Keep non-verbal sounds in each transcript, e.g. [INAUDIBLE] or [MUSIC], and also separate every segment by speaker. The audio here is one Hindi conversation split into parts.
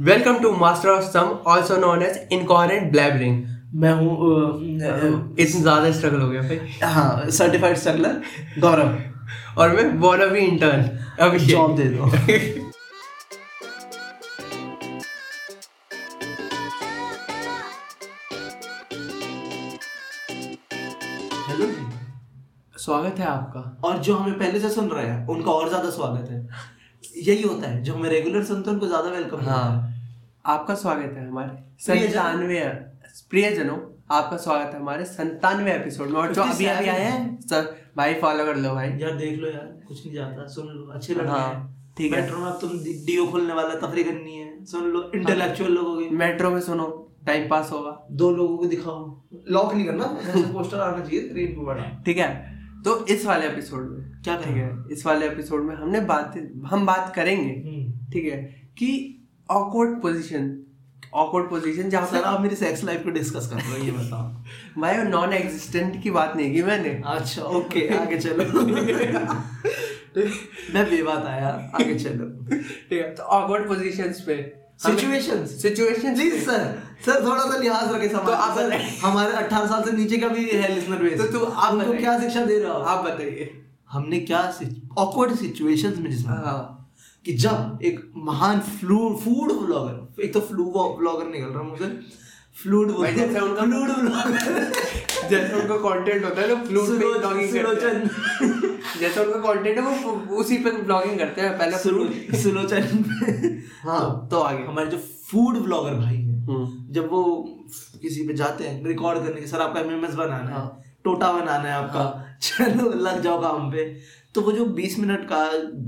Speaker 1: Welcome to Master of Sum, also known as Incoherent Blabbering. Uh,
Speaker 2: मैं हूँ
Speaker 1: इतना ज्यादा स्ट्रगल हो गया भाई
Speaker 2: अ, हाँ सर्टिफाइड स्ट्रगलर गौरव
Speaker 1: और मैं बोला भी इंटर्न
Speaker 2: जॉब दे दो हेलो
Speaker 1: स्वागत है आपका
Speaker 2: और जो हमें पहले से सुन रहे हैं उनका और ज्यादा स्वागत है यही होता है जो हमें रेगुलर सुनते हैं उनको ज्यादा वेलकम
Speaker 1: हाँ। आपका स्वागत है हमारे
Speaker 2: प्रियजन।
Speaker 1: संतानवे प्रियजनों आपका स्वागत है हमारे संतानवे एपिसोड में और जो
Speaker 2: 57
Speaker 1: अभी अभी आया है सर भाई फॉलो कर लो भाई
Speaker 2: यार देख लो यार कुछ नहीं जाता सुन लो अच्छे लड़के
Speaker 1: हाँ,
Speaker 2: हैं
Speaker 1: ठीक है।
Speaker 2: मेट्रो में अब तुम डीओ खोलने वाला तफरी करनी है सुन लो इंटेलेक्चुअल लोग हो गए
Speaker 1: मेट्रो में सुनो टाइम पास होगा
Speaker 2: दो लोगों को दिखाओ लॉक नहीं करना पोस्टर आना चाहिए रेन पे बड़ा
Speaker 1: ठीक है तो इस वाले एपिसोड में
Speaker 2: क्या
Speaker 1: ठीक है इस वाले एपिसोड में हमने बात हम बात करेंगे
Speaker 2: हम्म।
Speaker 1: ठीक है कि awkward पोजीशन awkward पोजीशन जहाँ
Speaker 2: सर आप मेरी सेक्स लाइफ को डिस्कस कर रहे हो ये बताओ
Speaker 1: पर भाई नॉन एग्जिस्टेंट की बात नहीं की मैंने
Speaker 2: अच्छा [LAUGHS] ओके आगे चलो मैं बेबात आया आगे चलो
Speaker 1: ठीक है तो awkward पोजीशंस पे
Speaker 2: situations
Speaker 1: situation
Speaker 2: please sir sir थोड़ा सा लिहाज रखें समाज
Speaker 1: तो
Speaker 2: का।
Speaker 1: आप
Speaker 2: सर
Speaker 1: बताइए।
Speaker 2: हमारे 18 साल से नीचे का भी है लिसनर बेस
Speaker 1: तो तू- आप
Speaker 2: उनको
Speaker 1: बताइए।
Speaker 2: क्या शिक्षा दे रहे हो आप
Speaker 1: आप बताइए
Speaker 2: हमने क्या ऑकवर्ड सिचुएशंस में जिसमें
Speaker 1: हाँ
Speaker 2: कि जब एक महान फ्लू फूड ब्लॉगर एक तो फ्लू ब्लॉगर निकल रहा है मुझे फ्लूड
Speaker 1: भाई जैसे उनका-
Speaker 2: फ्लूड ब्लॉगर
Speaker 1: जैसे उनका कंटेंट होता है ना फ्लूट पे
Speaker 2: सुलोचन-
Speaker 1: ब्लॉगिंग करते हैं
Speaker 2: सुलोचन
Speaker 1: जैसे उनका कंटेंट है वो वो उसी पे ब्लॉगिंग करते हैं पहले फ्लूट
Speaker 2: सुलो- सुलोचन
Speaker 1: हाँ तो आगे
Speaker 2: हमारे जो फूड ब्लॉगर भाई है
Speaker 1: हम्म।
Speaker 2: जब वो किसी पे जाते हैं रिकॉर्ड करने के सर आपका एमएमएस बनाना है
Speaker 1: हाँ।
Speaker 2: टोटा बनाना है आपका चलो लग जाओ काम पे तो वो जो 20 मिनट का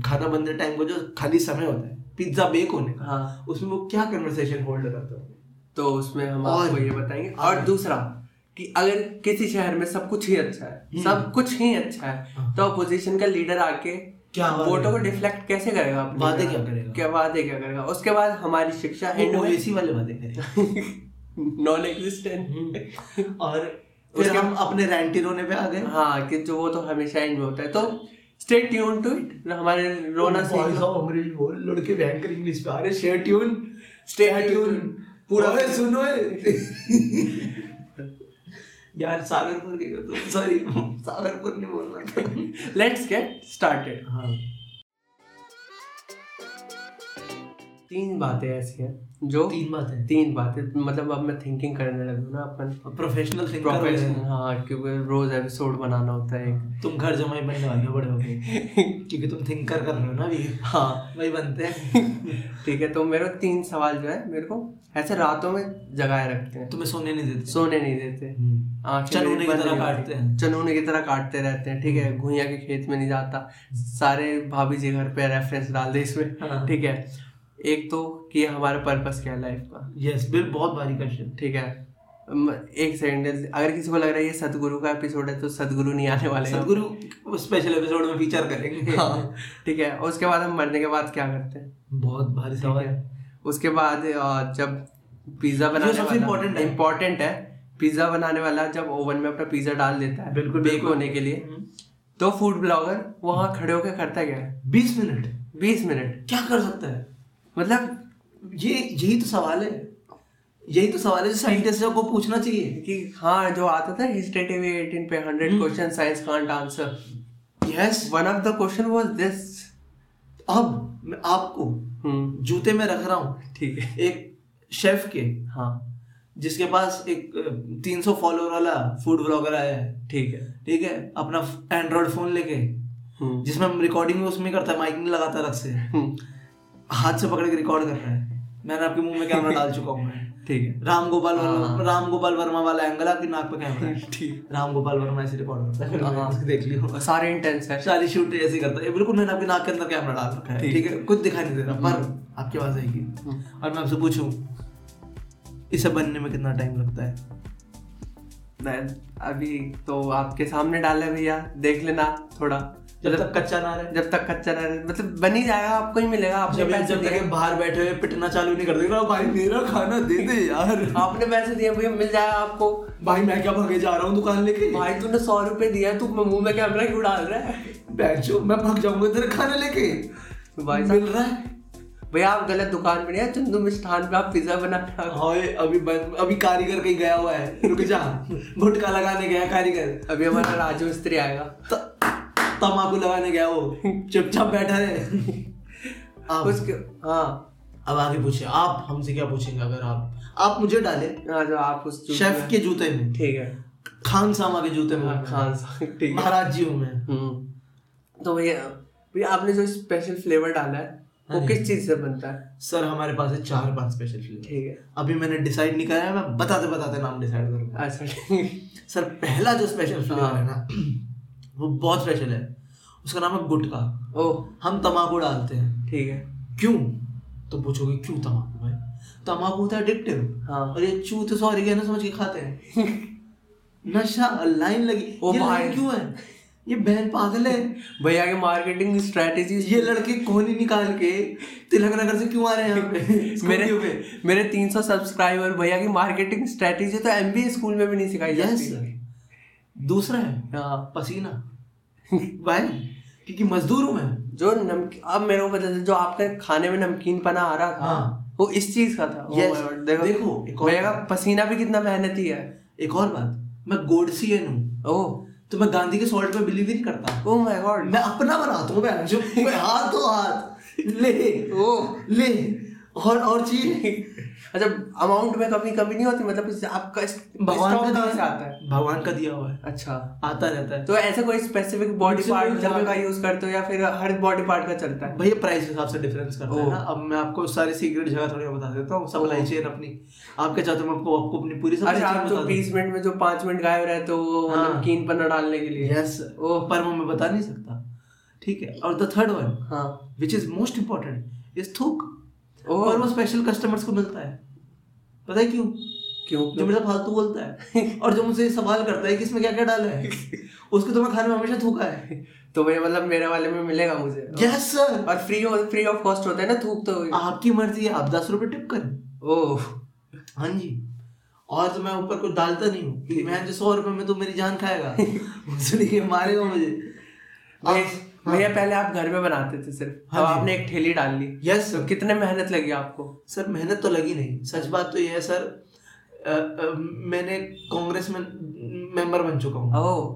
Speaker 2: खाना बनते टाइम को जो खाली समय होता है पिज्जा बेक होने का
Speaker 1: हाँ
Speaker 2: उसमें वो क्या कन्वर्सेशन होल्ड करता है
Speaker 1: तो उसमें हम
Speaker 2: और- हाँ।
Speaker 1: आपको ये बताएंगे और दूसरा कि अगर किसी शहर में सब कुछ ही अच्छा है
Speaker 2: हम्म।
Speaker 1: सब कुछ ही अच्छा है
Speaker 2: हाँ।
Speaker 1: तो अपोजिशन का लीडर आके
Speaker 2: क्या वादे
Speaker 1: वोटों को डिफ्लेक्ट कैसे करेगा अपनी
Speaker 2: वादे
Speaker 1: जगह?
Speaker 2: क्या करेगा?
Speaker 1: क्या वादे क्या करेगा उसके बाद हमारी शिक्षा एंड
Speaker 2: वो
Speaker 1: में
Speaker 2: ओवेसी वाले बातें
Speaker 1: [LAUGHS]
Speaker 2: करें
Speaker 1: नॉन एग्जिस्टेंट
Speaker 2: और फिर
Speaker 1: उसके-
Speaker 2: हम अपने रैंटी रोने पे आ गए
Speaker 1: हाँ कि जो वो तो हमेशा एंड में होता है तो स्टे ट्यून टू इट हमारे रोना सीख लो
Speaker 2: अंग्रेजी बोल लड़के भयंकर इंग्लिश पे आ रहे share tune
Speaker 1: Stay
Speaker 2: tune
Speaker 1: tuned.
Speaker 2: पूरा अरे [LAUGHS] सुनो ये। यार सागरपुर के तो सॉरी सागरपुर नहीं बोलना था
Speaker 1: लेट्स गेट स्टार्टेड
Speaker 2: हाँ
Speaker 1: तीन बातें ऐसी हैं जो
Speaker 2: तीन बातें
Speaker 1: तीन बातें मतलब अब मैं थिंकिंग करने लगूँ ना अपन
Speaker 2: प्रोफेशनल थिंकर
Speaker 1: प्रोफेशनल हाँ क्योंकि रोज एपिसोड बनाना होता है एक
Speaker 2: तुम घर जमाई बनने वाले हो बड़े हो गए क्योंकि तुम थिंकर कर रहे हो ना अभी
Speaker 1: हाँ
Speaker 2: वही बनते हैं
Speaker 1: ठीक है तो मेरे को तीन सवाल जो है मेरे को ऐसे रातों में जगाए रखते हैं
Speaker 2: तुम्हें सोने नहीं देते हम्म।
Speaker 1: सोने नहीं देते आंखें
Speaker 2: चनूने
Speaker 1: मेरी
Speaker 2: की
Speaker 1: बंद
Speaker 2: तरह
Speaker 1: नहीं होती।
Speaker 2: काटते हैं। हम्म।
Speaker 1: चनूने की तरह काटते रहते हैं ठीक है घुइया के खेत में नहीं जाता सारे भाभी जी घर पे रेफरेंस डाल दे इसमें
Speaker 2: हाँ।
Speaker 1: ठीक है एक तो कि हमारा पर्पस क्या है लाइफ का
Speaker 2: यस बिल बहुत भारी क्वेश्चन
Speaker 1: ठीक है अम, एक सेकंड अगर किसी को लग रहा है ये सदगुरु का एपिसोड है तो सदगुरु नहीं आने वाले हैं
Speaker 2: सदगुरु स्पेशल एपिसोड में फीचर करेंगे
Speaker 1: हाँ [LAUGHS] ठीक है और उसके बाद हम मरने के बाद क्या करते हैं
Speaker 2: बहुत भारी सवाल है
Speaker 1: उसके बाद अ, जब पिज्जा बनाने
Speaker 2: सबसे
Speaker 1: वाला
Speaker 2: important है।
Speaker 1: important है पिज्जा बनाने वाला जब ओवन में अपना पिज्जा डाल देता है
Speaker 2: बिल्कुल,
Speaker 1: बेक
Speaker 2: बिल्कुल।
Speaker 1: होने के लिए
Speaker 2: हम्म।
Speaker 1: तो फूड ब्लॉगर वहाँ खड़े होकर करता क्या है
Speaker 2: बीस मिनट
Speaker 1: बीस मिनट
Speaker 2: क्या कर सकता है
Speaker 1: मतलब
Speaker 2: ये यही तो सवाल है यही तो सवाल है जो साइंटिस्ट को पूछना चाहिए
Speaker 1: कि हाँ जो आता था हिस्ट्री टीवी 18 पे 100
Speaker 2: हम्म।
Speaker 1: Question science can't answer
Speaker 2: yes
Speaker 1: one of the question was this
Speaker 2: अब मैं आपको
Speaker 1: हम्म
Speaker 2: जूते में रख रहा हूँ
Speaker 1: ठीक है
Speaker 2: एक शेफ के
Speaker 1: हाँ
Speaker 2: जिसके पास एक तीन सौ फॉलोअर वाला फूड ब्लॉगर आया है
Speaker 1: ठीक है
Speaker 2: ठीक है अपना एंड्रॉयड फोन लेके
Speaker 1: हम्म
Speaker 2: जिसमें हम रिकॉर्डिंग उसमें करता है माइक नहीं लगाता रख से
Speaker 1: हम्म,
Speaker 2: हाथ से पकड़ के रिकॉर्ड कर रहा है मैंने आपके मुंह में कैमरा डाल चुका हूँ मैं
Speaker 1: [LAUGHS] ठीक है
Speaker 2: राम गोपाल
Speaker 1: हाँ।
Speaker 2: वर्मा राम गोपाल वर्मा वाला एंगल आपकी नाक पे
Speaker 1: [LAUGHS]
Speaker 2: कैमरा है।
Speaker 1: ठीक
Speaker 2: राम गोपाल वर्मा ऐसे रिकॉर्ड करता है
Speaker 1: हाँ।
Speaker 2: उसको देख लियो [LAUGHS]
Speaker 1: है सारे इंटेंस है
Speaker 2: सारी शूट ऐसे ही करता है बिल्कुल मैंने आपकी नाक के अंदर कैमरा डाल रखा है
Speaker 1: ठीक।
Speaker 2: ठीक है कुछ दिखाई नहीं दे रहा पर आपकी आवाज आएगी
Speaker 1: हम्म।
Speaker 2: और मैं आपसे पूछूं इसे बनने में कितना टाइम लगता है
Speaker 1: मैं- अभी तो आपके सामने डाला है भैया देख लेना थोड़ा
Speaker 2: जब तक कच्चा ना रहे
Speaker 1: जब तक कच्चा ना रहे मतलब बन ही जाएगा आपको ही मिलेगा आपने
Speaker 2: जब
Speaker 1: पैसे
Speaker 2: जब तक
Speaker 1: दिए
Speaker 2: ये बाहर बैठे हुए पिटना चालू नहीं कर देगा भाई मेरा खाना दे दे [LAUGHS] यार
Speaker 1: आपने पैसे दिए भैया मिल जाएगा आपको
Speaker 2: भाई मैं क्या भागे जा रहा हूँ दुकान लेके
Speaker 1: भाई तूने सौ रुपए दिया तू मुंह में कैमरा क्यों डाल रहा है
Speaker 2: बैठो मैं भाग जाऊंगा तेरे खाने लेके
Speaker 1: भाई
Speaker 2: मिल रहा है
Speaker 1: भैया आप गलत दुकान पे नहीं आए, चंदू मिष्ठान पे आप पिज्जा बना रहे हो।
Speaker 2: हाय अभी बंद अभी कारीगर कहीं गया हुआ है रुक [LAUGHS] जा गुटका लगाने गया कारीगर
Speaker 1: अभी
Speaker 2: हाँ।
Speaker 1: हमारा राजू मिस्त्री आएगा
Speaker 2: त- तम्बाकू लगाने गया वो चुपचाप बैठा है आप
Speaker 1: उसके हाँ
Speaker 2: अब आगे पूछे आप हमसे क्या पूछेंगे अगर आप आप मुझे डाले
Speaker 1: हाँ जो आप उस जूते
Speaker 2: शेफ
Speaker 1: में-
Speaker 2: के जूते में
Speaker 1: ठीक है
Speaker 2: खान सामा के जूते में
Speaker 1: हाँ, खान साहब ठीक है
Speaker 2: महाराज जी हूँ मैं
Speaker 1: हम्म। तो भैया भैया आपने जो स्पेशल फ्लेवर डाला है वो
Speaker 2: हाँ।
Speaker 1: किस चीज से बनता है
Speaker 2: सर हमारे पास है चार पांच स्पेशल फ्लेवर
Speaker 1: ठीक है
Speaker 2: अभी मैंने डिसाइड नहीं करा है मैं बताते बताते नाम डिसाइड करूंगा
Speaker 1: अच्छा ठीक है।
Speaker 2: सर पहला जो स्पेशल फ्लेवर
Speaker 1: हाँ।
Speaker 2: है ना वो बहुत स्पेशल है उसका नाम है गुटखा
Speaker 1: ओह
Speaker 2: हम तम्बाकू डालते हैं
Speaker 1: ठीक है
Speaker 2: क्यों तो पूछोगे क्यों तम्बाकू भाई तम्बाकू होता है एडिक्टिव
Speaker 1: हाँ
Speaker 2: और ये चूत सॉरी कहना समझ के खाते हैं
Speaker 1: [LAUGHS]
Speaker 2: नशा लाइन लगी
Speaker 1: ओ
Speaker 2: ये
Speaker 1: भाई।
Speaker 2: लाइन क्यों है ये बहन पागल है
Speaker 1: भैया की मार्केटिंग स्ट्रेटेजी
Speaker 2: ये लड़के कोहनी निकाल के तिलक नगर से क्यों आ रहे हैं यहाँ पे
Speaker 1: [LAUGHS] मेरे
Speaker 2: स्कूटियों पे
Speaker 1: मेरे 300 सब्सक्राइबर भैया की मार्केटिंग स्ट्रेटेजी तो एमबीए स्कूल में भी नहीं सिखाई
Speaker 2: यस
Speaker 1: जाती
Speaker 2: दूसरा है
Speaker 1: हाँ [LAUGHS]
Speaker 2: पसीना भाई क्योंकि मजदूर हूं मैं
Speaker 1: जो नमकीन अब मेरे को पता चला जो आपके खाने में नमकीन पना आ रहा था
Speaker 2: हाँ।
Speaker 1: वो इस चीज का था Oh
Speaker 2: Yes.
Speaker 1: my God, देखो
Speaker 2: देखो, एक और-
Speaker 1: भैया का पसीना भी कितना मेहनती है
Speaker 2: एक और बात मैं गोडसियन हूँ
Speaker 1: ओह oh
Speaker 2: तो मैं गांधी के सॉल्ट पे बिलीव ही नहीं करता
Speaker 1: ओह माय गॉड
Speaker 2: मैं अपना बनाता हूँ मैं जो मैं हाथ तो हाथ ले
Speaker 1: ओह
Speaker 2: ले और और चीज
Speaker 1: अच्छा अमाउंट में कभी कमी नहीं होती मतलब इससे आपका इस-
Speaker 2: भगवान तो
Speaker 1: stock कहाँ से
Speaker 2: का दिया
Speaker 1: आता है
Speaker 2: भगवान का दिया हुआ है
Speaker 1: अच्छा
Speaker 2: आता रहता है
Speaker 1: तो ऐसे कोई स्पेसिफिक बॉडी
Speaker 2: मुझसे
Speaker 1: पार्ट
Speaker 2: कोई
Speaker 1: जब
Speaker 2: ध्यान-
Speaker 1: का यूज करते हो या फिर हर बॉडी पार्ट का चलता है
Speaker 2: भैया प्राइस के हिसाब से डिफरेंस करता है
Speaker 1: ओह।
Speaker 2: ना अब मैं आपको सारे सीक्रेट जगह थोड़ी बता देता हूँ
Speaker 1: ओह।
Speaker 2: सप्लाई चेन अपनी आप क्या चाहते हो मैं आपको आपको अपनी पूरी
Speaker 1: अच्छा
Speaker 2: सप्लाई
Speaker 1: आप
Speaker 2: चेन
Speaker 1: जो
Speaker 2: बता दूँ
Speaker 1: बीस मिनट में जो पांच मिनट गायब रहते हो वो
Speaker 2: तो
Speaker 1: मतलब
Speaker 2: हाँ।
Speaker 1: नमकीन पन्ना डालने के लिए
Speaker 2: यस
Speaker 1: ओह।
Speaker 2: पर वो मैं बता नहीं सकता ठीक है और द थर्ड वन
Speaker 1: हाँ
Speaker 2: which is most important is थूक
Speaker 1: ओह।
Speaker 2: और वो स्पेशल कस्टमर्स को मिलता है पता है क्यों
Speaker 1: क्यों तो-
Speaker 2: जो मेरे से फालतू बोलता है और जो मुझसे ये सवाल करता है कि इसमें क्या क्या डाला है उसको तो मैं खाने में हमेशा थूका है
Speaker 1: तो भैया मतलब मेरे वाले में मिलेगा मुझे
Speaker 2: यस सर
Speaker 1: और फ्री हो फ्री ऑफ कॉस्ट होता है ना थूक तो
Speaker 2: आपकी मर्जी है आप दस रुपए टिप करें
Speaker 1: ओह
Speaker 2: हाँ जी और तो मैं ऊपर कुछ डालता नहीं हूँ मैं जो सौ रुपए में तो मेरी जान खाएगा इसलिए मारेगा मुझे
Speaker 1: भैया भैया पहले आप घर में बनाते थे सिर्फ
Speaker 2: हाँ
Speaker 1: अब
Speaker 2: जी।
Speaker 1: आपने एक ठेली डाल ली
Speaker 2: यस
Speaker 1: तो कितने मेहनत लगी आपको
Speaker 2: सर मेहनत तो लगी नहीं सच बात तो ये है सर अ, अ, मैंने कांग्रेस में मेंबर बन चुका हूँ
Speaker 1: ओह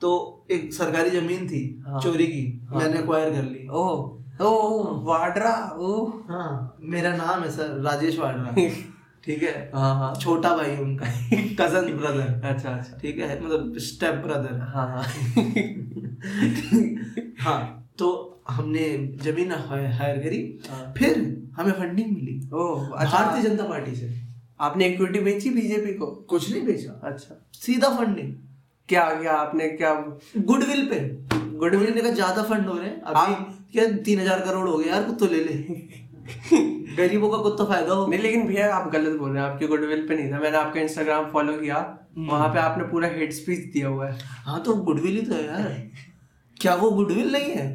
Speaker 2: तो एक सरकारी जमीन थी
Speaker 1: हाँ।
Speaker 2: चोरी की
Speaker 1: हाँ।
Speaker 2: मैंने एक्वायर कर ली
Speaker 1: ओह ओह वाड्रा ओह
Speaker 2: हाँ मेरा नाम है सर राजेश वाड़ा ठीक है
Speaker 1: हाँ हाँ
Speaker 2: छोटा भाई है उनका कजन ब्रदर
Speaker 1: अच्छा अच्छा
Speaker 2: ठीक है मतलब स्टेप ब्रदर
Speaker 1: हाँ हाँ
Speaker 2: हाँ तो हमने जमीन हायर करी
Speaker 1: हाँ।
Speaker 2: फिर हमें फंडिंग मिली
Speaker 1: [LAUGHS] ओह अच्छा
Speaker 2: भारतीय जनता पार्टी से
Speaker 1: आपने इक्विटी बेची बीजेपी को
Speaker 2: कुछ नहीं बेचा
Speaker 1: अच्छा
Speaker 2: सीधा फंडिंग
Speaker 1: क्या क्या आपने क्या
Speaker 2: गुडविल पे गुडविल ने कहा ज्यादा फंड हो रहे हैं
Speaker 1: हाँ।
Speaker 2: अभी क्या तीन हजार करोड़ हो गए यार कुत्तो ले ले
Speaker 1: [LAUGHS]
Speaker 2: गरीबों का कुत्ता फायदा हो
Speaker 1: नहीं लेकिन भैया आप गलत बोल रहे हैं आपके गुडविल पे नहीं था मैंने आपका इंस्टाग्राम फॉलो किया वहां पे आपने पूरा हेड स्पीच दिया हुआ है
Speaker 2: हाँ तो गुडविल ही तो है यार क्या वो गुडविल नहीं है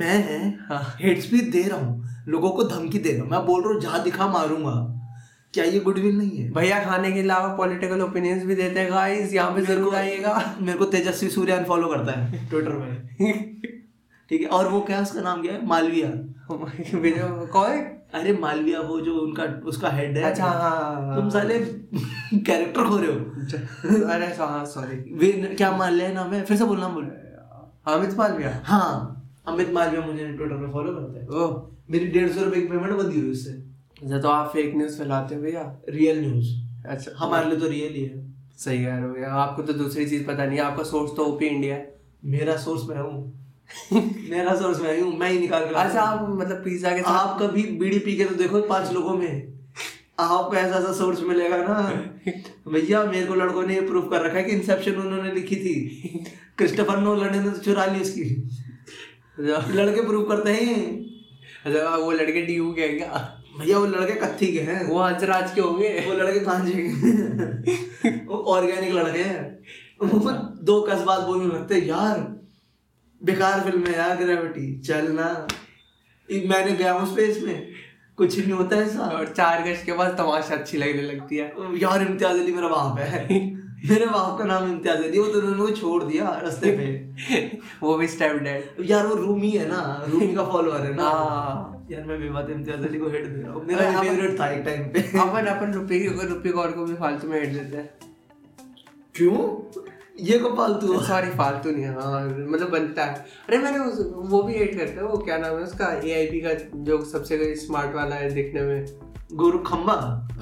Speaker 2: मैं
Speaker 1: हाँ।
Speaker 2: हेड स्पीच दे रहा हूँ लोगों को धमकी दे रहा हूँ मैं बोल रहा हूँ जहाँ दिखा मारूंगा क्या ये गुडविल नहीं है
Speaker 1: भैया खाने के अलावा पॉलिटिकल ओपिनियंस भी देते हैं गाइस यहाँ पे
Speaker 2: मेरे
Speaker 1: जरूर
Speaker 2: को-
Speaker 1: आइएगा
Speaker 2: मेरे को तेजस्वी सूर्यान फॉलो करता है ट्विटर में
Speaker 1: [LAUGHS]
Speaker 2: ठीक है और वो क्या उसका नाम क्या है मालविया
Speaker 1: Oh भैया, कौन है?
Speaker 2: अरे मालविया वो जो उनका उसका हेड है
Speaker 1: अच्छा हाँ, हाँ हाँ।
Speaker 2: तुम साले कैरेक्टर हो रहे हो
Speaker 1: अरे सो- हाँ सॉरी
Speaker 2: वे क्या मालविया नाम है फिर से बोलना बोल
Speaker 1: अमित मालविया
Speaker 2: हाँ अमित मालविया मुझे ट्विटर में फॉलो करता है
Speaker 1: ओह
Speaker 2: मेरी डेढ़ सौ रुपए की पेमेंट बंदी हुई उससे
Speaker 1: अच्छा, तो आप फेक न्यूज फैलाते हो भैया
Speaker 2: रियल न्यूज
Speaker 1: अच्छा
Speaker 2: हमारे लिए तो रियल ही है
Speaker 1: सही कह रहे हो भैया आपको तो दूसरी चीज पता नहीं है आपका सोर्स तो ओपी इंडिया है
Speaker 2: मेरा सोर्स मैं हूँ [LAUGHS] मेरा सोर्स मैं ही हूँ मैं ही निकाल कर
Speaker 1: अच्छा आप मतलब पिज्जा के साथ
Speaker 2: आप कभी बीड़ी पी के तो देखो पांच लोगों में आपको ऐसा ऐसा सोर्स मिलेगा ना भैया मेरे को लड़कों ने ये प्रूफ कर रखा है कि इंसेप्शन उन्होंने लिखी थी क्रिस्टोफर नोलन ने तो चुरा ली उसकी
Speaker 1: अच्छा
Speaker 2: लड़के प्रूफ करते हैं
Speaker 1: अच्छा, वो लड़के डी यू के हैं क्या
Speaker 2: भैया वो लड़के कत्थी के हैं
Speaker 1: वो हंसराज के होंगे
Speaker 2: वो लड़के गांजे के हैं। [LAUGHS] वो ऑर्गेनिक लड़के हैं वो दो कस्बात बोलने लगते हैं यार बेकार फिल्म है यार ग्रेविटी चलना मैंने गया हूँ स्पेस में कुछ नहीं होता है ऐसा
Speaker 1: और चार गज के बाद तमाशा अच्छी लगने लगती है
Speaker 2: यार इम्तियाज अली मेरा बाप है [LAUGHS] मेरे बाप का नाम इम्तियाज अली है, वो तो उन्होंने मुझे छोड़ दिया रास्ते पे
Speaker 1: वो भी स्टेप डैड
Speaker 2: यार वो रूमी है ना रूमी का फॉलोअर है ना
Speaker 1: हाँ।
Speaker 2: यार मैं बेबात इम्तियाज अली को हेट दे रहा हूँ मेरा
Speaker 1: अरे,
Speaker 2: फेवरेट था एक टाइम पे
Speaker 1: अपन अपन रुपये की अगर रुपये कौर को भी फालतू में हेट देते हैं
Speaker 2: क्यों ये को पालतू है?
Speaker 1: सॉरी फालतू नहीं हाँ मतलब बनता है अरे मैंने उस, वो भी हेट करता है वो क्या नाम है उसका ए का जो सबसे स्मार्ट वाला है दिखने में
Speaker 2: गुरु खम्बा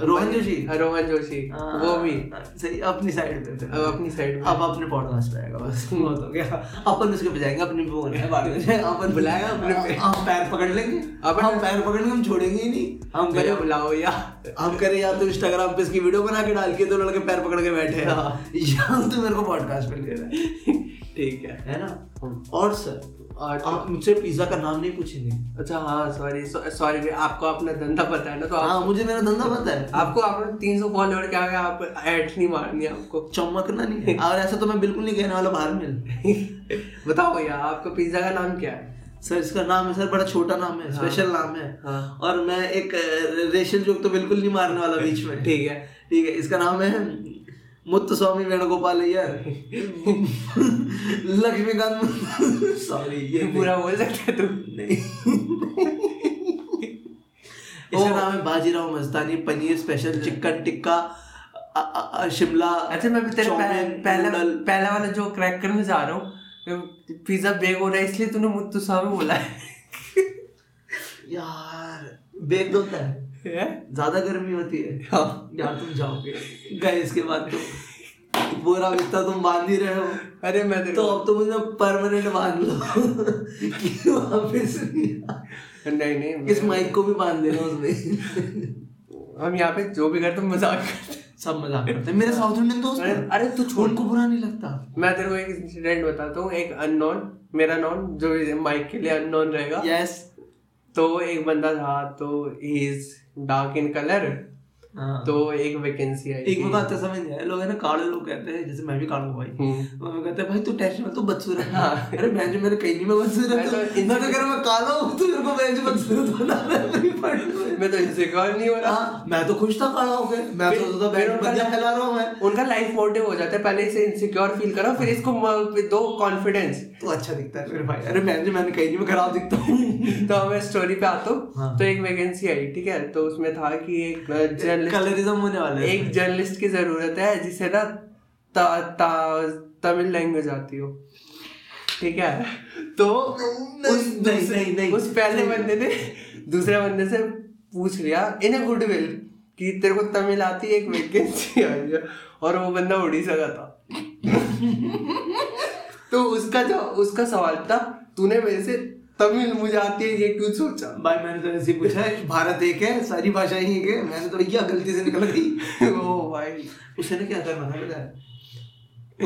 Speaker 2: रोहन जोशी
Speaker 1: हाँ, रोहन जोशी
Speaker 2: हाँ,
Speaker 1: वो भी
Speaker 2: सही अपनी साइड पे
Speaker 1: अब अपनी साइड
Speaker 2: अब अपने पॉडकास्ट पे आएगा बस बहुत हो गया अपन उसके पे जाएंगे अपने वो है बाद में अपन बुलाएगा अपने
Speaker 1: अपने-
Speaker 2: हम पैर पकड़ लेंगे
Speaker 1: अपन-
Speaker 2: हम पैर पकड़ लेंगे हम छोड़ेंगे ही नहीं हम
Speaker 1: मेरे
Speaker 2: करें
Speaker 1: बुलाओ या
Speaker 2: हम करें या तो इंस्टाग्राम पे इसकी वीडियो बना के डाल के तो लड़के पैर पकड़ के बैठे हैं
Speaker 1: हाँ।
Speaker 2: या तो मेरे को पॉडकास्ट पे ले रहा है
Speaker 1: ठीक है
Speaker 2: है ना
Speaker 1: हम्म।
Speaker 2: और सर
Speaker 1: और-
Speaker 2: आप मुझसे पिज्जा का नाम नहीं पूछेंगे
Speaker 1: अच्छा हाँ सॉरी सॉरी आपको अपना धंधा पता है ना तो
Speaker 2: हाँ
Speaker 1: आप,
Speaker 2: मुझे मेरा धंधा पता है
Speaker 1: आपको आपने तीन सौ फॉलोअर क्या है आप ऐड नहीं मारनी है आपको
Speaker 2: चमकना नहीं
Speaker 1: [LAUGHS]
Speaker 2: है और ऐसा तो मैं बिल्कुल नहीं कहने वाला बाहर मिल
Speaker 1: बताओ भैया आपका पिज्जा का नाम क्या है
Speaker 2: सर इसका नाम है सर बड़ा छोटा नाम है स्पेशल नाम है
Speaker 1: हाँ।
Speaker 2: और मैं एक अ, रेशल जोक तो बिल्कुल नहीं मारने वाला बीच में
Speaker 1: ठीक है
Speaker 2: ठीक है इसका नाम है मुत्तु स्वामी वेणुगोपाल अय्यर लक्ष्मीकांत सॉरी ये
Speaker 1: ये पूरा बोल सकते तू
Speaker 2: नहीं इसका नाम है बाजीराव मस्तानी पनीर स्पेशल चिकन टिक्का अ- अ- अ- शिमला
Speaker 1: हाँ। अच्छा मैं भी तेरे
Speaker 2: चौमिन,
Speaker 1: पह- पहला
Speaker 2: नूडल।
Speaker 1: पहला वाला जो क्रैक करने जा रहा हूँ पिज्जा बेग हो रहा है इसलिए तूने मुत्तु साहब बोला
Speaker 2: यार बेग होता है
Speaker 1: है
Speaker 2: ज्यादा गर्मी होती है
Speaker 1: हाँ।
Speaker 2: यार तुम जाओगे गए इसके बाद तो पूरा रिश्ता तुम बांध ही रहे हो
Speaker 1: अरे मैं तेरे
Speaker 2: तो अब तो मुझे परमानेंट बांध लो कि वापस नहीं-
Speaker 1: को- नहीं नहीं
Speaker 2: इस माइक को भी बांध देना उसमें
Speaker 1: हम यहाँ पे जो भी करते हैं, मजाक करते हैं।
Speaker 2: सब मजाक करते हैं मेरे साउथ इंडियन दोस्त
Speaker 1: अरे-
Speaker 2: हैं।
Speaker 1: अरे तू छोड़।
Speaker 2: उनको बुरा नहीं लगता
Speaker 1: मैं तेरे को एक इंसिडेंट बताता हूँ एक अननोन मेरा नॉन जो माइक के लिए अननोन रहेगा
Speaker 2: यस
Speaker 1: तो एक बंदा था तो he is dark in colour
Speaker 2: तो
Speaker 1: तो एक वैकेंसी आई
Speaker 2: एक
Speaker 1: थी।
Speaker 2: बात आता समझ नहीं आया लोग है ना काले लोग कहते हैं जैसे मैं भी काला हूँ भाई तो
Speaker 1: हम्म।
Speaker 2: मम्मी कहते हैं भाई तू टेस्ट में तो बदसूरत है
Speaker 1: हाँ।
Speaker 2: अरे बेंच मेरे कहीं नहीं मैं बदसूरत
Speaker 1: मैं तो
Speaker 2: हूँ मैं तो कह रहा हूँ मैं काला हूँ तू मेरे को बेंच बदसूरत बना रहा है मेरी पढ़ में।
Speaker 1: मैं तो इनसिक्योर नहीं हो रहा
Speaker 2: हाँ, मैं तो खुश था काला होकर मैं
Speaker 1: फिर-
Speaker 2: तो
Speaker 1: फिर
Speaker 2: बेंच
Speaker 1: उनका-
Speaker 2: बदिया फैला रहा हूँ मैं
Speaker 1: उनका लाइफ मोटिव हो जाता है पहले इसे इनसिक्योर फील करो फिर इसको म- दो कॉन्फिडेंस
Speaker 2: तो अच्छा दिखता है मेरे भाई अरे मैं जी मैंने कहीं नहीं मैं खराब दिखता हूँ
Speaker 1: तो अब मैं स्टोरी पे आता हूँ
Speaker 2: हाँ।
Speaker 1: तो एक वैकेंसी आई ठीक है तो उसमें था कि एक uh, जर्नलिस्ट
Speaker 2: कलरिज्म होने वाला है
Speaker 1: एक जर्नलिस्ट की जरूरत है जिसे ना ता, ता, तमिल लैंग्वेज आती हो ठीक है तो
Speaker 2: नहीं,
Speaker 1: उस
Speaker 2: नहीं,
Speaker 1: दूसरे-
Speaker 2: नहीं, नहीं,
Speaker 1: उस पहले
Speaker 2: नहीं।
Speaker 1: बंदे ने दूसरे बंदे से पूछ लिया इन अ गुडविल कि तेरे को तमिल आती है एक वैकेंसी [LAUGHS] आई है और वो बंदा उड़ीसा का था [LAUGHS] तो उसका जो उसका सवाल था तूने मेरे से तमिल मुझे आती है ये क्यों सोचा [LAUGHS]
Speaker 2: भाई मैंने तो ऐसे ही पूछा है, भारत एक है सारी भाषाएं ही एक है मैंने तो भैया गलती से निकल गई
Speaker 1: ओ भाई
Speaker 2: उसने क्या करना था पता है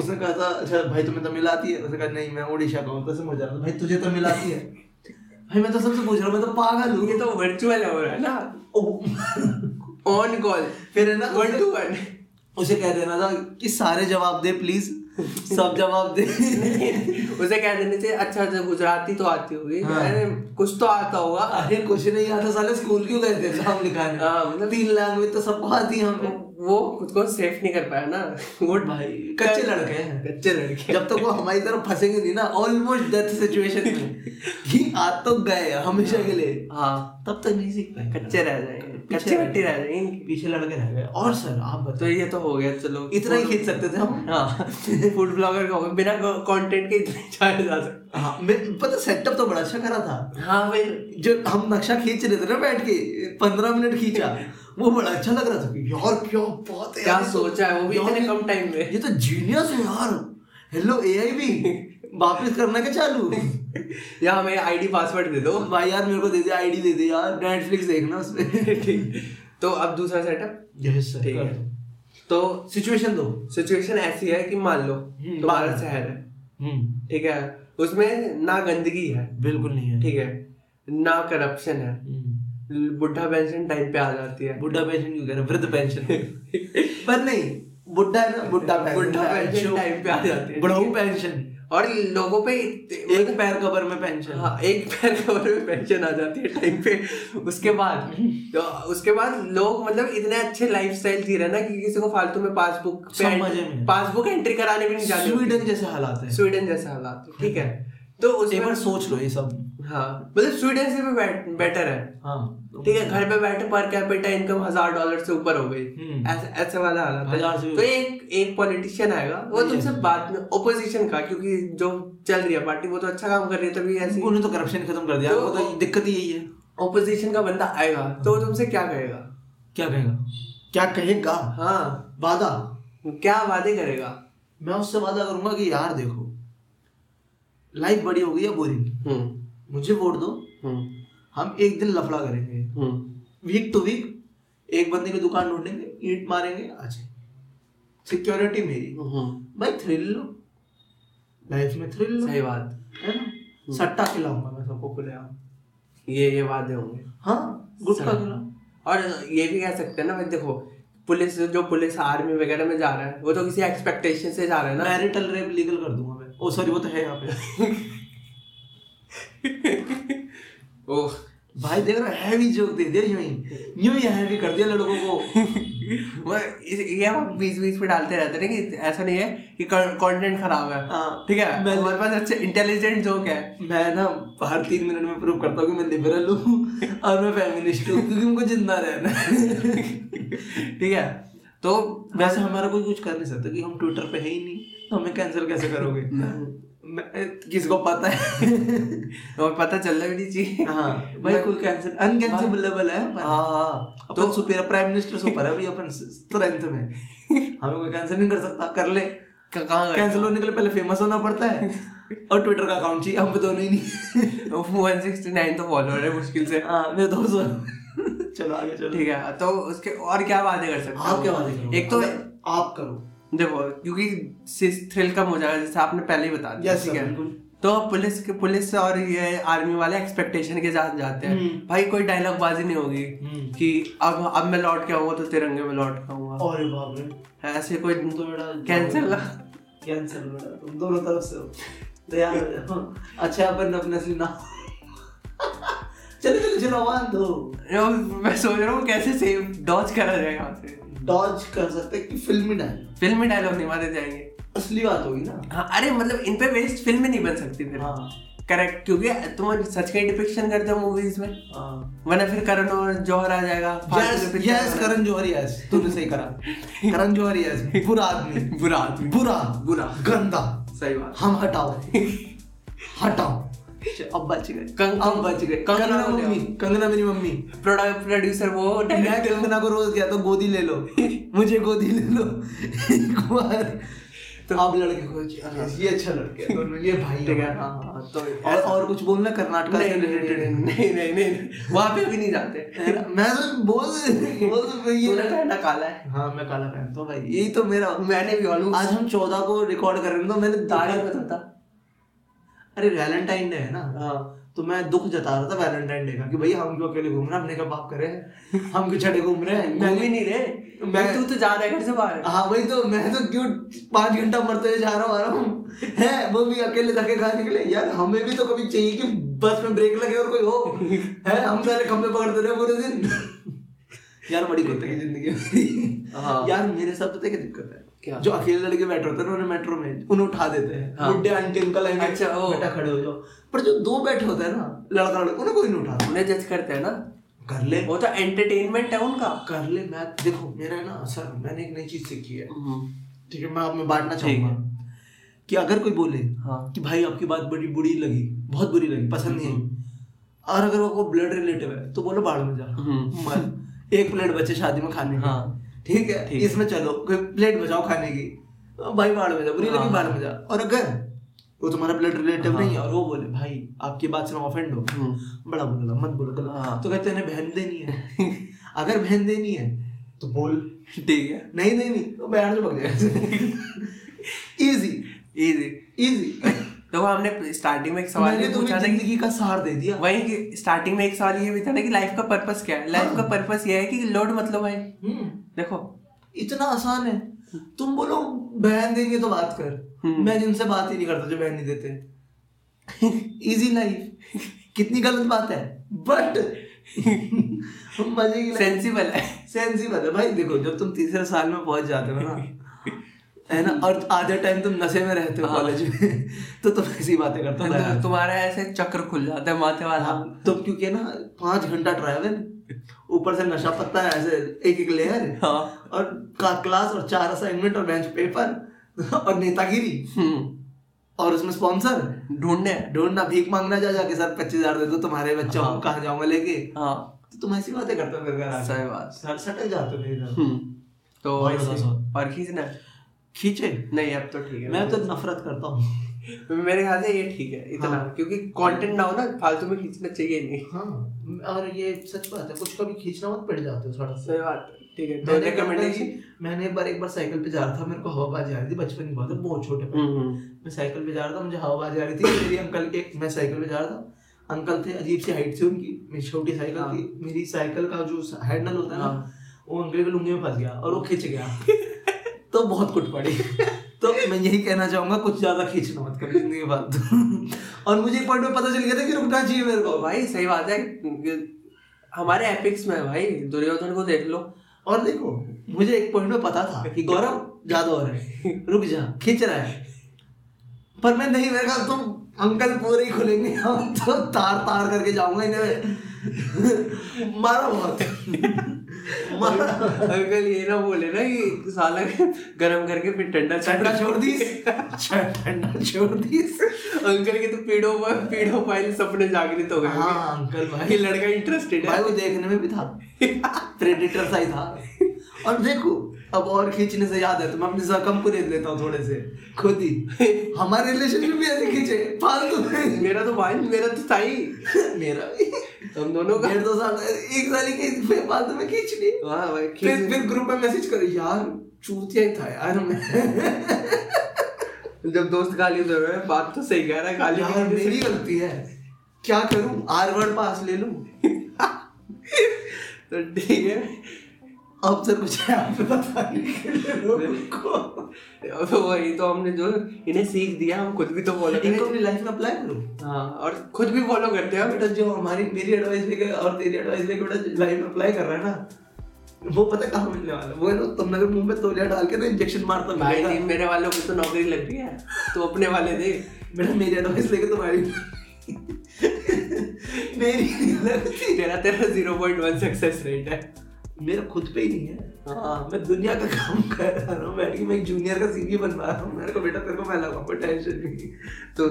Speaker 2: उसने कहा था अच्छा भाई तुम्हें तमिल आती है उसने कहा नहीं मैं उड़ीसा का हूँ तो समझ रहा था भाई तुझे तमिल आती है भाई मैं तो सबसे पूछ रहा हूँ मैं तो पागल हूँ
Speaker 1: ये तो वर्चुअल हो रहा है ना
Speaker 2: ओ,
Speaker 1: ऑन कॉल
Speaker 2: फिर है ना
Speaker 1: वन टू वन
Speaker 2: उसे कह देना था कि सारे जवाब दे प्लीज सब जवाब दे
Speaker 1: [LAUGHS] उसे कह देने से अच्छा अच्छा गुजराती तो आती होगी
Speaker 2: हाँ।
Speaker 1: अरे कुछ तो आता होगा
Speaker 2: अरे कुछ नहीं आता साले स्कूल क्यों गए थे एग्जाम लिखाने
Speaker 1: हाँ, मतलब-
Speaker 2: तीन लैंग्वेज तो सबको आती है हमें
Speaker 1: वो खुद को सेफ नहीं कर पाया ना वो
Speaker 2: भाई कच्चे लड़के हैं
Speaker 1: कच्चे लड़के
Speaker 2: जब तक वो हमारी तरफ फंसेंगे नहीं ना ऑलमोस्ट डेथ सिचुएशन में कि आज तो गए हमेशा के लिए
Speaker 1: हाँ
Speaker 2: तब तो तक नहीं सीख पाए
Speaker 1: कच्चे रह जाएंगे
Speaker 2: पीछे
Speaker 1: कच्चे
Speaker 2: रह-
Speaker 1: मिट्टी रह जाएंगे
Speaker 2: पीछे लड़के रह गए और सर आप बताओ
Speaker 1: तो ये तो हो गया चलो
Speaker 2: इतना ही खींच सकते थे हम
Speaker 1: हाँ फूड ब्लॉगर का हो गया बिना कंटेंट के इतने जाया जा सकता
Speaker 2: हाँ, मैं- पता सेटअप तो बड़ा अच्छा करा था
Speaker 1: हाँ भाई
Speaker 2: जो हम नक्शा खींच रहे थे ना बैठ के पंद्रह मिनट खींचा वो बड़ा अच्छा लग रहा था यार क्या बहुत है
Speaker 1: क्या
Speaker 2: यार, ये तो-
Speaker 1: सोचा है वो भी
Speaker 2: यार,
Speaker 1: इतने
Speaker 2: ये-
Speaker 1: कम टाइम में
Speaker 2: ये तो जीनियस है यार हेलो एआई भी वापस करना
Speaker 1: [LAUGHS]
Speaker 2: क्या चालू
Speaker 1: या हमें आईडी पासवर्ड दे दो
Speaker 2: भाई यार मेरे को दे दे आईडी दे दे यार नेटफ्लिक्स देखना उसमें
Speaker 1: [LAUGHS] ठीक तो अब दूसरा सेटअप
Speaker 2: यस
Speaker 1: ठीक है तो
Speaker 2: सिचुएशन दो
Speaker 1: सिचुएशन ऐसी है कि मान लो
Speaker 2: हम्म,
Speaker 1: तुम्हारा
Speaker 2: मान लो।
Speaker 1: शहर है ठीक है उसमें ना गंदगी है
Speaker 2: बिल्कुल नहीं है हम्म।
Speaker 1: ठीक है ना करप्शन है बुढ़ा पेंशन टाइम पे आ जाती है
Speaker 2: बुढ़ा पेंशन क्यों कह रहे वृद्ध पेंशन पर नहीं बुढ़ा है ना बुढ़ा पेंशन
Speaker 1: बुढ़ा पेंशन टाइम पे आ जाती है
Speaker 2: बुढ़ाऊ पेंशन
Speaker 1: और लोगों पे इत- मतलब
Speaker 2: एक पैर कबर में पेंशन
Speaker 1: हाँ एक पैर कवर में पेंशन आ जाती है टाइम पे उसके बाद तो उसके बाद लोग मतलब इतने अच्छे लाइफस्टाइल जी रहे हैं ना कि किसी को फालतू में पासबुक
Speaker 2: सब मजे में।
Speaker 1: पासबुक एंट्री कराने भी नहीं जाते
Speaker 2: स्वीडन जैसे हालात है
Speaker 1: स्वीडन जैसा हालात ठीक है तो
Speaker 2: एक बार
Speaker 1: उसमें
Speaker 2: सोच लो ये सब
Speaker 1: हाँ मतलब स्वीडन से भी बेट- बेटर है
Speaker 2: हाँ
Speaker 1: ठीक है घर पे बैठे पर कैपिटा इनकम हजार डॉलर से ऊपर हो गई
Speaker 2: हम्म।
Speaker 1: ऐसे ऐसे वाला हालत
Speaker 2: हजार से
Speaker 1: है
Speaker 2: भी
Speaker 1: तो एक एक पॉलिटिशियन आएगा वो
Speaker 2: नहीं
Speaker 1: तुमसे
Speaker 2: है।
Speaker 1: बाद में ओपोजिशन का क्योंकि जो चल रही है पार्टी वो तो अच्छा काम कर रही है तभी ऐसी
Speaker 2: उन्होंने तो करप्शन खत्म कर दिया
Speaker 1: तो-
Speaker 2: वो तो दिक्कत ही यही है
Speaker 1: ओपोजिशन का बंदा आएगा तो वो तुमसे क्या कहेगा
Speaker 2: क्या कहेगा क्या कहेगा
Speaker 1: हाँ
Speaker 2: वादा
Speaker 1: क्या वादे करेगा
Speaker 2: मैं उससे वादा करूंगा कि यार देखो लाइफ बड़ी हो गई है बोरिंग
Speaker 1: हम्म
Speaker 2: मुझे वोट दो
Speaker 1: हम्म
Speaker 2: हम एक दिन लफड़ा करेंगे
Speaker 1: हम्म
Speaker 2: वीक टू वीक एक बंदे की दुकान ढूंढेंगे ईंट मारेंगे आ जाए सिक्योरिटी मेरी
Speaker 1: हम्म
Speaker 2: भाई थ्रिल लो लाइफ में थ्रिल लो
Speaker 1: सही बात
Speaker 2: है ना सट्टा खिलाऊंगा मैं सबको खुलेआम
Speaker 1: ये ये वादे होंगे
Speaker 2: हाँ गुटखा
Speaker 1: सही।
Speaker 2: खिलाऊं
Speaker 1: और ये भी कह सकते हैं ना भाई देखो पुलिस जो पुलिस आर्मी वगैरह में जा रहा है वो तो किसी एक्सपेक्टेशन से जा रहा है ना [LAUGHS]
Speaker 2: मैरिटल रेप लीगल कर दूंगा मैं ओ सॉरी वो तो है यहाँ पे [LAUGHS]
Speaker 1: ओह
Speaker 2: भाई देख रहा हैवी जोक दे दिया यूं ही यूं ही हैवी कर दिया लड़कों को
Speaker 1: वो इस- ये हम बीच बीच में डालते रहते हैं कि ऐसा नहीं है कि कंटेंट खराब है
Speaker 2: हाँ।
Speaker 1: ठीक है
Speaker 2: मैं-
Speaker 1: हमारे पास अच्छे इंटेलिजेंट जोक है
Speaker 2: मैं ना हर तीन मिनट में प्रूव करता हूँ कि मैं लिबरल हूँ और मैं फेमिनिस्ट हूँ क्योंकि मुझको जिंदा रहना है
Speaker 1: ठीक है तो
Speaker 2: वैसे हमारा कोई कुछ कर नहीं सकता कि हम ट्विटर पे है ही नहीं तो हमें कैंसिल कैसे करोगे मैं- किसको पता है
Speaker 1: और पता चलना भी नहीं चाहिए
Speaker 2: हाँ भाई कोई कैंसिल अनकैंसिलेबल है
Speaker 1: हाँ,
Speaker 2: पर- तो-
Speaker 1: हाँ
Speaker 2: अपन सुपर प्राइम मिनिस्टर सुपर है अभी अपन स्ट्रेंथ में हमें कोई कैंसिल नहीं कर सकता कर ले
Speaker 1: क- कहाँ
Speaker 2: [LAUGHS]
Speaker 1: गए?
Speaker 2: कैंसिल होने के लिए पहले फेमस होना पड़ता है और ट्विटर का अकाउंट चाहिए हम पे दोनों ही नहीं
Speaker 1: 169 तो फॉलोअर है मुश्किल से
Speaker 2: हाँ मेरे दोस्त चलो आगे चलो
Speaker 1: ठीक है तो उसके और क्या वादे कर सकते हो?
Speaker 2: आप क्या बातें करो
Speaker 1: एक तो
Speaker 2: आप करो
Speaker 1: देखो क्योंकि थ्रिल कम हो जाएगा जैसे आपने पहले ही बता दिया
Speaker 2: Yes, sir, बिल्कुल।
Speaker 1: तो पुलिस के पुलिस और ये आर्मी वाले एक्सपेक्टेशन के साथ जाते हैं
Speaker 2: हम्म।
Speaker 1: भाई कोई डायलॉग बाजी नहीं होगी
Speaker 2: हम्म।
Speaker 1: कि अब अब मैं लौट के आऊंगा तो तिरंगे में लौट के आऊंगा
Speaker 2: और बाप रे
Speaker 1: ऐसे कोई
Speaker 2: तुम तो बेटा
Speaker 1: कैंसिल [LAUGHS]
Speaker 2: कैंसिल बेटा तुम दोनों तरफ से हो तैयार हो जाओ अच्छा अपन अपने असली नाम चलो चलो चलो वन दो
Speaker 1: मैं सोच रहा हूँ कैसे सेव डॉच करा जाए यहाँ से
Speaker 2: डॉज कर सकते हैं कि फिल्मी डायलॉग
Speaker 1: फिल्मी डायलॉग नहीं मारे जाएंगे
Speaker 2: असली बात होगी ना
Speaker 1: हाँ अरे मतलब इन पे वेस्ट फिल्म नहीं बन सकती फिर
Speaker 2: हाँ
Speaker 1: करेक्ट क्योंकि तुम सच के डिपिक्शन करते हो मूवीज में
Speaker 2: हाँ
Speaker 1: वरना फिर करण और जौहर आ जाएगा फालतू
Speaker 2: यस
Speaker 1: के picture
Speaker 2: यस
Speaker 1: बना-
Speaker 2: करण जौहर यस तूने सही करा करण जौहर यस बुरा आदमी
Speaker 1: बुरा आदमी
Speaker 2: बुरा
Speaker 1: बुरा।
Speaker 2: गंदा
Speaker 1: सही बात
Speaker 2: हम हटाओ हटाओ अच्छा, अब बच गए
Speaker 1: कं-
Speaker 2: अब बच गए
Speaker 1: कंगना
Speaker 2: कंगना
Speaker 1: हो गया।
Speaker 2: मम्मी कंगना मेरी मम्मी
Speaker 1: प्रोडक्ट प्रोड्यूसर वो
Speaker 2: [LAUGHS] मैं कंगना को रोज कहता हूँ गोदी ले लो मुझे गोदी ले लो एक बार तो आप लड़के को ये अच्छा लड़के हैं दोनों ये भाई
Speaker 1: ठीक है।
Speaker 2: हमारा। हाँ, हाँ, तो और और कुछ बोलना कर्नाटका से
Speaker 1: नहीं नहीं नहीं,
Speaker 2: related है।
Speaker 1: नहीं नहीं नहीं वहाँ पे भी नहीं जाते
Speaker 2: मैं तो बोल तो बोल ये
Speaker 1: तूने पहना काला है
Speaker 2: हाँ मैं काला पहनता हूँ भाई यही तो मेरा
Speaker 1: मैंने भी ऑलमोस्ट
Speaker 2: आज हम चौदह को रिकॉर्ड कर रहे हैं तो मैंने दाढ़ी
Speaker 1: में तो था
Speaker 2: अरे वैलेंटाइन डे है ना
Speaker 1: हाँ
Speaker 2: तो मैं दुख जता रहा था वैलेंटाइन डे का कि भैया हम क्यों अकेले घूम रहे हैं हमने क्या पाप करे हैं? हम क्यों छठे घूम रहे
Speaker 1: [LAUGHS]
Speaker 2: हैं
Speaker 1: घूम
Speaker 2: मैंने-
Speaker 1: ही नहीं रहे मैं
Speaker 2: मैं-
Speaker 1: तू तो जा रहा है घर से बाहर
Speaker 2: हाँ वही तो मैं तो क्यों पाँच घंटा मरते हुए जा रहा हूँ आ रहा हूँ है वो भी अकेले धक्के खाने के लिए यार हमें भी तो कभी चाहिए कि बस में ब्रेक लगे और कोई हो
Speaker 1: [LAUGHS]
Speaker 2: है हम सारे खम्भे पकड़ते रहे पूरे दिन यार बड़ी कुत्ते की जिंदगी है।
Speaker 1: हाँ।
Speaker 2: यार मेरे साथ पता है क्या दिक्कत है
Speaker 1: क्या?
Speaker 2: जो अकेले लड़के बैठे होते हैं ना, उन्हें मेट्रो में उन्हें उठा देते हैं
Speaker 1: हाँ।
Speaker 2: बुड्ढे आंटी अंकल आएंगे
Speaker 1: अच्छा, ओ।
Speaker 2: बेटा खड़े हो जाओ पर जो दो बैठे होते हैं ना लड़का लड़का उन्हें कोई नहीं उठाता
Speaker 1: उन्हें जज करते हैं ना
Speaker 2: कर ले
Speaker 1: वो तो एंटरटेनमेंट है उनका
Speaker 2: कर ले मैं देखो मेरा है ना सर मैंने एक नई चीज सीखी है ठीक है मैं आप में बांटना चाहूंगा कि अगर कोई बोले
Speaker 1: हाँ।
Speaker 2: कि भाई आपकी बात बड़ी बुरी लगी बहुत बुरी लगी पसंद नहीं आई और अगर वो को ब्लड रिलेटिव है तो बोलो बाढ़ में जा
Speaker 1: हम्म।
Speaker 2: मर एक प्लेट बचे शादी में खाने की
Speaker 1: हाँ।
Speaker 2: ठीक है
Speaker 1: ठीक है।
Speaker 2: इसमें चलो कोई प्लेट बचाओ खाने की भाई बाढ़ में जा बुरी
Speaker 1: हाँ।
Speaker 2: लगी बाढ़ में जा और अगर वो तुम्हारा ब्लड रिलेटिव
Speaker 1: हाँ।
Speaker 2: नहीं है और वो बोले भाई आपकी बात से मैं ऑफेंड हो
Speaker 1: हम्म।
Speaker 2: बड़ा बोला मत बोलो गलत
Speaker 1: हाँ।
Speaker 2: तो कहते हैं बहन देनी है
Speaker 1: [LAUGHS]
Speaker 2: अगर बहन देनी है तो बोल
Speaker 1: ठीक है
Speaker 2: नहीं नहीं नहीं वो बयान तो से पक [LAUGHS] जाएगा इजी
Speaker 1: इजी
Speaker 2: इजी
Speaker 1: तो हमने स्टार्टिंग में एक सवाल
Speaker 2: मैंने
Speaker 1: ये पूछा
Speaker 2: तुम्हें
Speaker 1: ना कि
Speaker 2: जिंदगी का सहार दे दिया
Speaker 1: वही कि स्टार्टिंग में एक सवाल ये भी था ना कि लाइफ का पर्पस क्या है लाइफ
Speaker 2: हाँ।
Speaker 1: का पर्पस ये है कि लोड मतलब है
Speaker 2: हम्म,
Speaker 1: देखो
Speaker 2: इतना आसान है तुम बोलो बहन देंगे तो बात कर
Speaker 1: हम्म।
Speaker 2: मैं जिनसे बात ही नहीं करता जो बहन नहीं [LAUGHS] देते इजी लाइफ कितनी गलत बात है बट [LAUGHS] मजे की
Speaker 1: सेंसिबल है [LAUGHS]
Speaker 2: सेंसिबल है भाई देखो जब तुम तीसरे साल में पहुंच जाते हो ना है ना और आधे टाइम तुम नशे में रहते हो
Speaker 1: हाँ।
Speaker 2: कॉलेज में तो तुम ऐसी बातें करते हो
Speaker 1: [LAUGHS] तो
Speaker 2: यार।
Speaker 1: तुम्हारा ऐसे चक्र खुल जाता है माथे वाला
Speaker 2: हाँ, तुम क्योंकि ना पाँच घंटा ट्रैवल ऊपर से नशा पत्ता है ऐसे एक एक लेयर
Speaker 1: हाँ।
Speaker 2: और का क्लास और चार असाइनमेंट और बेंच पेपर और नेतागिरी
Speaker 1: हम्म,
Speaker 2: और उसमें स्पॉन्सर
Speaker 1: ढूंढने हैं।
Speaker 2: ढूंढना भीख मांगना जा जाके सर पच्चीस हजार दे दो तुम्हारे बच्चे
Speaker 1: हाँ।
Speaker 2: हम कहाँ जाऊंगा लेके
Speaker 1: हाँ
Speaker 2: तो तुम ऐसी बातें करते हो मेरे घर आके।
Speaker 1: सही बात।
Speaker 2: सर सटक जाते हो मेरे घर
Speaker 1: हम्म, तो
Speaker 2: बहुत
Speaker 1: ऐसे-
Speaker 2: ज्यादा।
Speaker 1: और खींचना है?
Speaker 2: खींचे
Speaker 1: नहीं अब तो ठीक है
Speaker 2: मैं तो नफरत करता हूँ
Speaker 1: मेरे ख्याल से ये ठीक है इतना
Speaker 2: हाँ।
Speaker 1: क्योंकि कंटेंट ना हो ना फालतू में खींचना चाहिए नहीं
Speaker 2: हाँ और ये सच बात है कुछ कभी खींचना मत पड़ जाते हो सड़क
Speaker 1: सही बात है। ठीक है तो
Speaker 2: मैंने एक बार
Speaker 1: रिकमेंडेशन
Speaker 2: मैंने एक बार एक बार साइकिल पे जा रहा था मेरे को हवाबाजी आ रही थी बचपन की बात है बहुत छोटे पे
Speaker 1: हम्म।
Speaker 2: मैं साइकिल पे जा रहा था मुझे हवाबाजी आ रही थी मेरी अंकल के मैं साइकिल पे जा रहा था अंकल थे अजीब सी हाइट से उनकी मेरी छोटी साइकिल
Speaker 1: हाँ।
Speaker 2: थी मेरी साइकिल का जो हैंडल होता है
Speaker 1: हाँ।
Speaker 2: ना वो अंकल के लुंगे में फंस गया और वो खिंच गया [LAUGHS] तो बहुत
Speaker 1: [LAUGHS]
Speaker 2: कुट पड़ी तो मैं यही कहना चाहूंगा कुछ ज्यादा खींचना मत कर जिंदगी के फालतू [LAUGHS] और मुझे एक पॉइंट में पता चल गया था कि रुकना चाहिए मेरे
Speaker 1: तो
Speaker 2: को
Speaker 1: भाई सही बात है हमारे एपिक्स में भाई दुर्योधन को देख लो [LAUGHS]
Speaker 2: और देखो मुझे एक पॉइंट में पता था कि गौरव ज्यादा हो रहा है रुक जा खींच रहा है पर मैं नहीं मेरे ख्याल तुम अंकल पूरे ही खुलेंगे हम तो तार तार करके जाऊंगा इन्हें मारा बहुत मारा
Speaker 1: अंकल ये ना बोले ना कि साला गरम करके फिर ठंडा
Speaker 2: ठंडा छोड़ दी ठंडा छोड़ दी
Speaker 1: अंकल के तो पीड़ों पर पीड़ों पाइल सपने जागृत हो गए
Speaker 2: हाँ
Speaker 1: होंगे।
Speaker 2: अंकल
Speaker 1: कि
Speaker 2: भाई
Speaker 1: लड़का इंटरेस्टेड है
Speaker 2: भाई वो देखने में भी था प्रेडेटर सा ही था और देखो अब और खींचने से याद है तो मैं अपने जख्म को रेत लेता हूँ थोड़े से खुद ही हमारे रिलेशनशिप भी ऐसे खींचे फालतू में।
Speaker 1: मेरा तो भाई मेरा तो साई
Speaker 2: मेरा भी
Speaker 1: हम दोनों का
Speaker 2: डेढ़ दो साल तो एक साल ही खींच फिर फालतू में खींच ली
Speaker 1: हाँ भाई
Speaker 2: फिर
Speaker 1: खींच-
Speaker 2: फिर ग्रुप में मैसेज करो यार चूतिया ही था यार
Speaker 1: [LAUGHS]
Speaker 2: मैं
Speaker 1: जब दोस्त गाली दे रहे हैं बात तो सही कह रहा है गाली
Speaker 2: यार
Speaker 1: देने से-
Speaker 2: मेरी गलती है क्या करूं आर वर्ड पास ले लूं
Speaker 1: तो ठीक है
Speaker 2: अब सर कुछ है आप बताने के लिए लोगों को
Speaker 1: अब वही तो हमने जो इन्हें सीख दिया हम खुद भी तो फॉलो
Speaker 2: इनको
Speaker 1: करें
Speaker 2: अपनी लाइफ में अप्लाई करो
Speaker 1: हाँ और खुद भी फॉलो करते हैं हम।
Speaker 2: बेटा जो हमारी मेरी एडवाइस लेके और तेरी एडवाइस लेके बेटा लाइफ में अप्लाई कर रहा है ना वो पता है कहाँ मिलने वाला है। वो है ना तुम अगर मुंह पे तोलिया डाल के ना इंजेक्शन मारता
Speaker 1: भाई
Speaker 2: मिलेगा।
Speaker 1: नहीं मेरे वालों को तो नौकरी लग रही है तो अपने वाले दे
Speaker 2: बेटा मेरी एडवाइस लेके तुम्हारी मेरी नहीं लगती
Speaker 1: तेरा तेरा 0.1 सक्सेस रेट है
Speaker 2: मेरा खुद पे ही नहीं है
Speaker 1: हाँ।
Speaker 2: हाँ मैं दुनिया का काम [LAUGHS] कर रहा हूँ बैठ के मैं एक जूनियर का सीवी बनवा रहा हूँ मेरे को बेटा तेरे को मैं लगाऊंगा टेंशन नहीं
Speaker 1: तो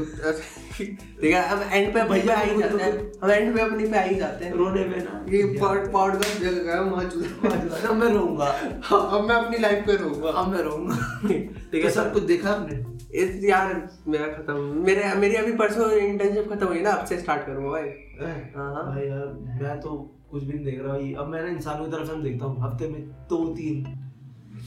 Speaker 1: देखा हम एंड पे अपनी पे
Speaker 2: भैया
Speaker 1: आ ही जाते हैं हम एंड पे अपनी पे आ ही जाते हैं
Speaker 2: रोने में ना
Speaker 1: ये पॉड पॉडकास्ट जगह का है वहाँ चूल्हा-
Speaker 2: [LAUGHS] अब मैं रोऊंगा
Speaker 1: अब मैं अपनी लाइफ पे रहूंगा
Speaker 2: अब मैं रोऊंगा
Speaker 1: ठीक
Speaker 2: ठीक
Speaker 1: है
Speaker 2: है सब कुछ देखा आपने
Speaker 1: इस यार मेरा खत्म मेरे मेरी अभी परसों इंटर्नशिप खत्म हुई ना अब से स्टार्ट करूंगा भाई हाँ।
Speaker 2: भाई यार मैं तो कुछ भी नहीं देख रहा भाई अब मैं ना इंसानों की तरफ से देखता हूँ हफ्ते में दो तीन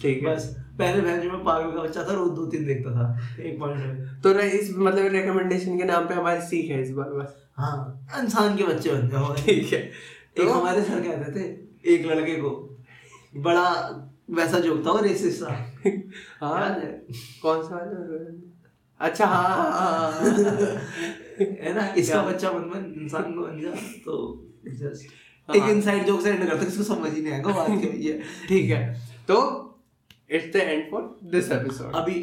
Speaker 1: ठीक है
Speaker 2: बस पहले मैं जो मैं पागल का बच्चा था रोज दो तीन देखता था एक पॉइंट में
Speaker 1: तो ना इस मतलब रिकमेंडेशन के नाम पे हमारी सीख है इस बार बस
Speaker 2: हाँ इंसान के बच्चे बन जाओ
Speaker 1: ठीक है
Speaker 2: एक हमारे सर कहते थे एक लड़के को बड़ा वैसा जोक था वो रेसिस्ट था
Speaker 1: हाँ
Speaker 2: याद है?
Speaker 1: कौन सा वाला अच्छा हाँ हाँ, हाँ, [LAUGHS] हाँ।
Speaker 2: है [LAUGHS] ना इसका बच्चा बन बन इंसान को बन जा तो जस्ट एक
Speaker 1: हाँ।
Speaker 2: इनसाइड जोक से एंड करते हैं, किसी को समझ ही नहीं आएगा बात क्या हुई है
Speaker 1: ठीक है तो it's the end for this episode
Speaker 2: अभी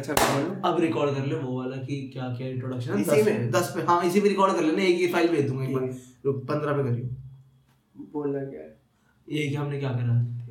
Speaker 1: अच्छा बोलो
Speaker 2: अब रिकॉर्ड कर ले वो वाला कि क्या क्या इंट्रोडक्शन
Speaker 1: इसी में?
Speaker 2: दस पे हाँ इसी पे रिकॉर्ड कर लेना एक ही फाइल भेज दूंगा एक
Speaker 1: ठीक
Speaker 2: बार
Speaker 1: है।
Speaker 2: रुक पंद्रह पे करियो
Speaker 1: बोलना क्या है
Speaker 2: ये कि हमने क्या करा